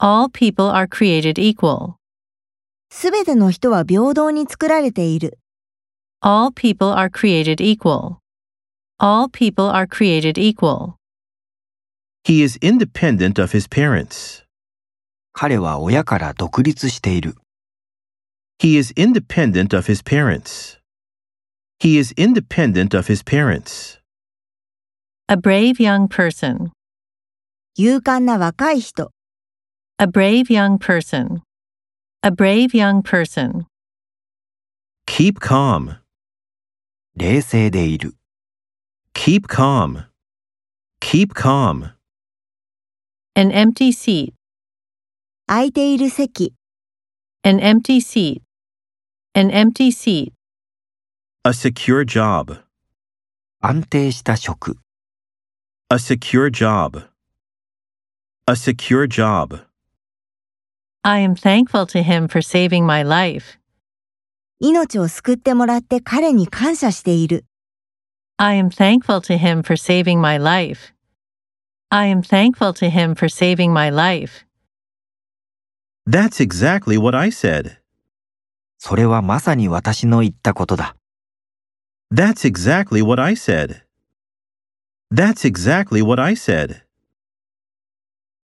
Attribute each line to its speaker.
Speaker 1: All people are created equal.
Speaker 2: すべての人は平等に作られている。
Speaker 1: All people are created equal. All people are created equal.
Speaker 3: He is independent of his parents.
Speaker 4: 彼は親から独立している。
Speaker 3: He is independent of his parents. He is independent of his parents.
Speaker 1: A brave young person.
Speaker 2: 勇敢な若い人。
Speaker 1: A brave young person. A brave young person.
Speaker 3: Keep calm.
Speaker 4: 冷静でいる。
Speaker 3: Keep calm. Keep calm.
Speaker 1: An empty seat.
Speaker 2: 空いている席。
Speaker 1: An empty seat. An empty seat.
Speaker 3: A secure job.
Speaker 4: 安定した職。
Speaker 3: A secure job. A secure job.
Speaker 1: I am thankful to him for saving my life.
Speaker 2: 命を救ってもらって彼に感謝している。
Speaker 1: I am thankful to him for saving my life. I am thankful to him for saving my life.
Speaker 3: That's exactly what I said.
Speaker 4: それはまさに私の言ったことだ。
Speaker 3: That's exactly what I said. That's exactly what I said.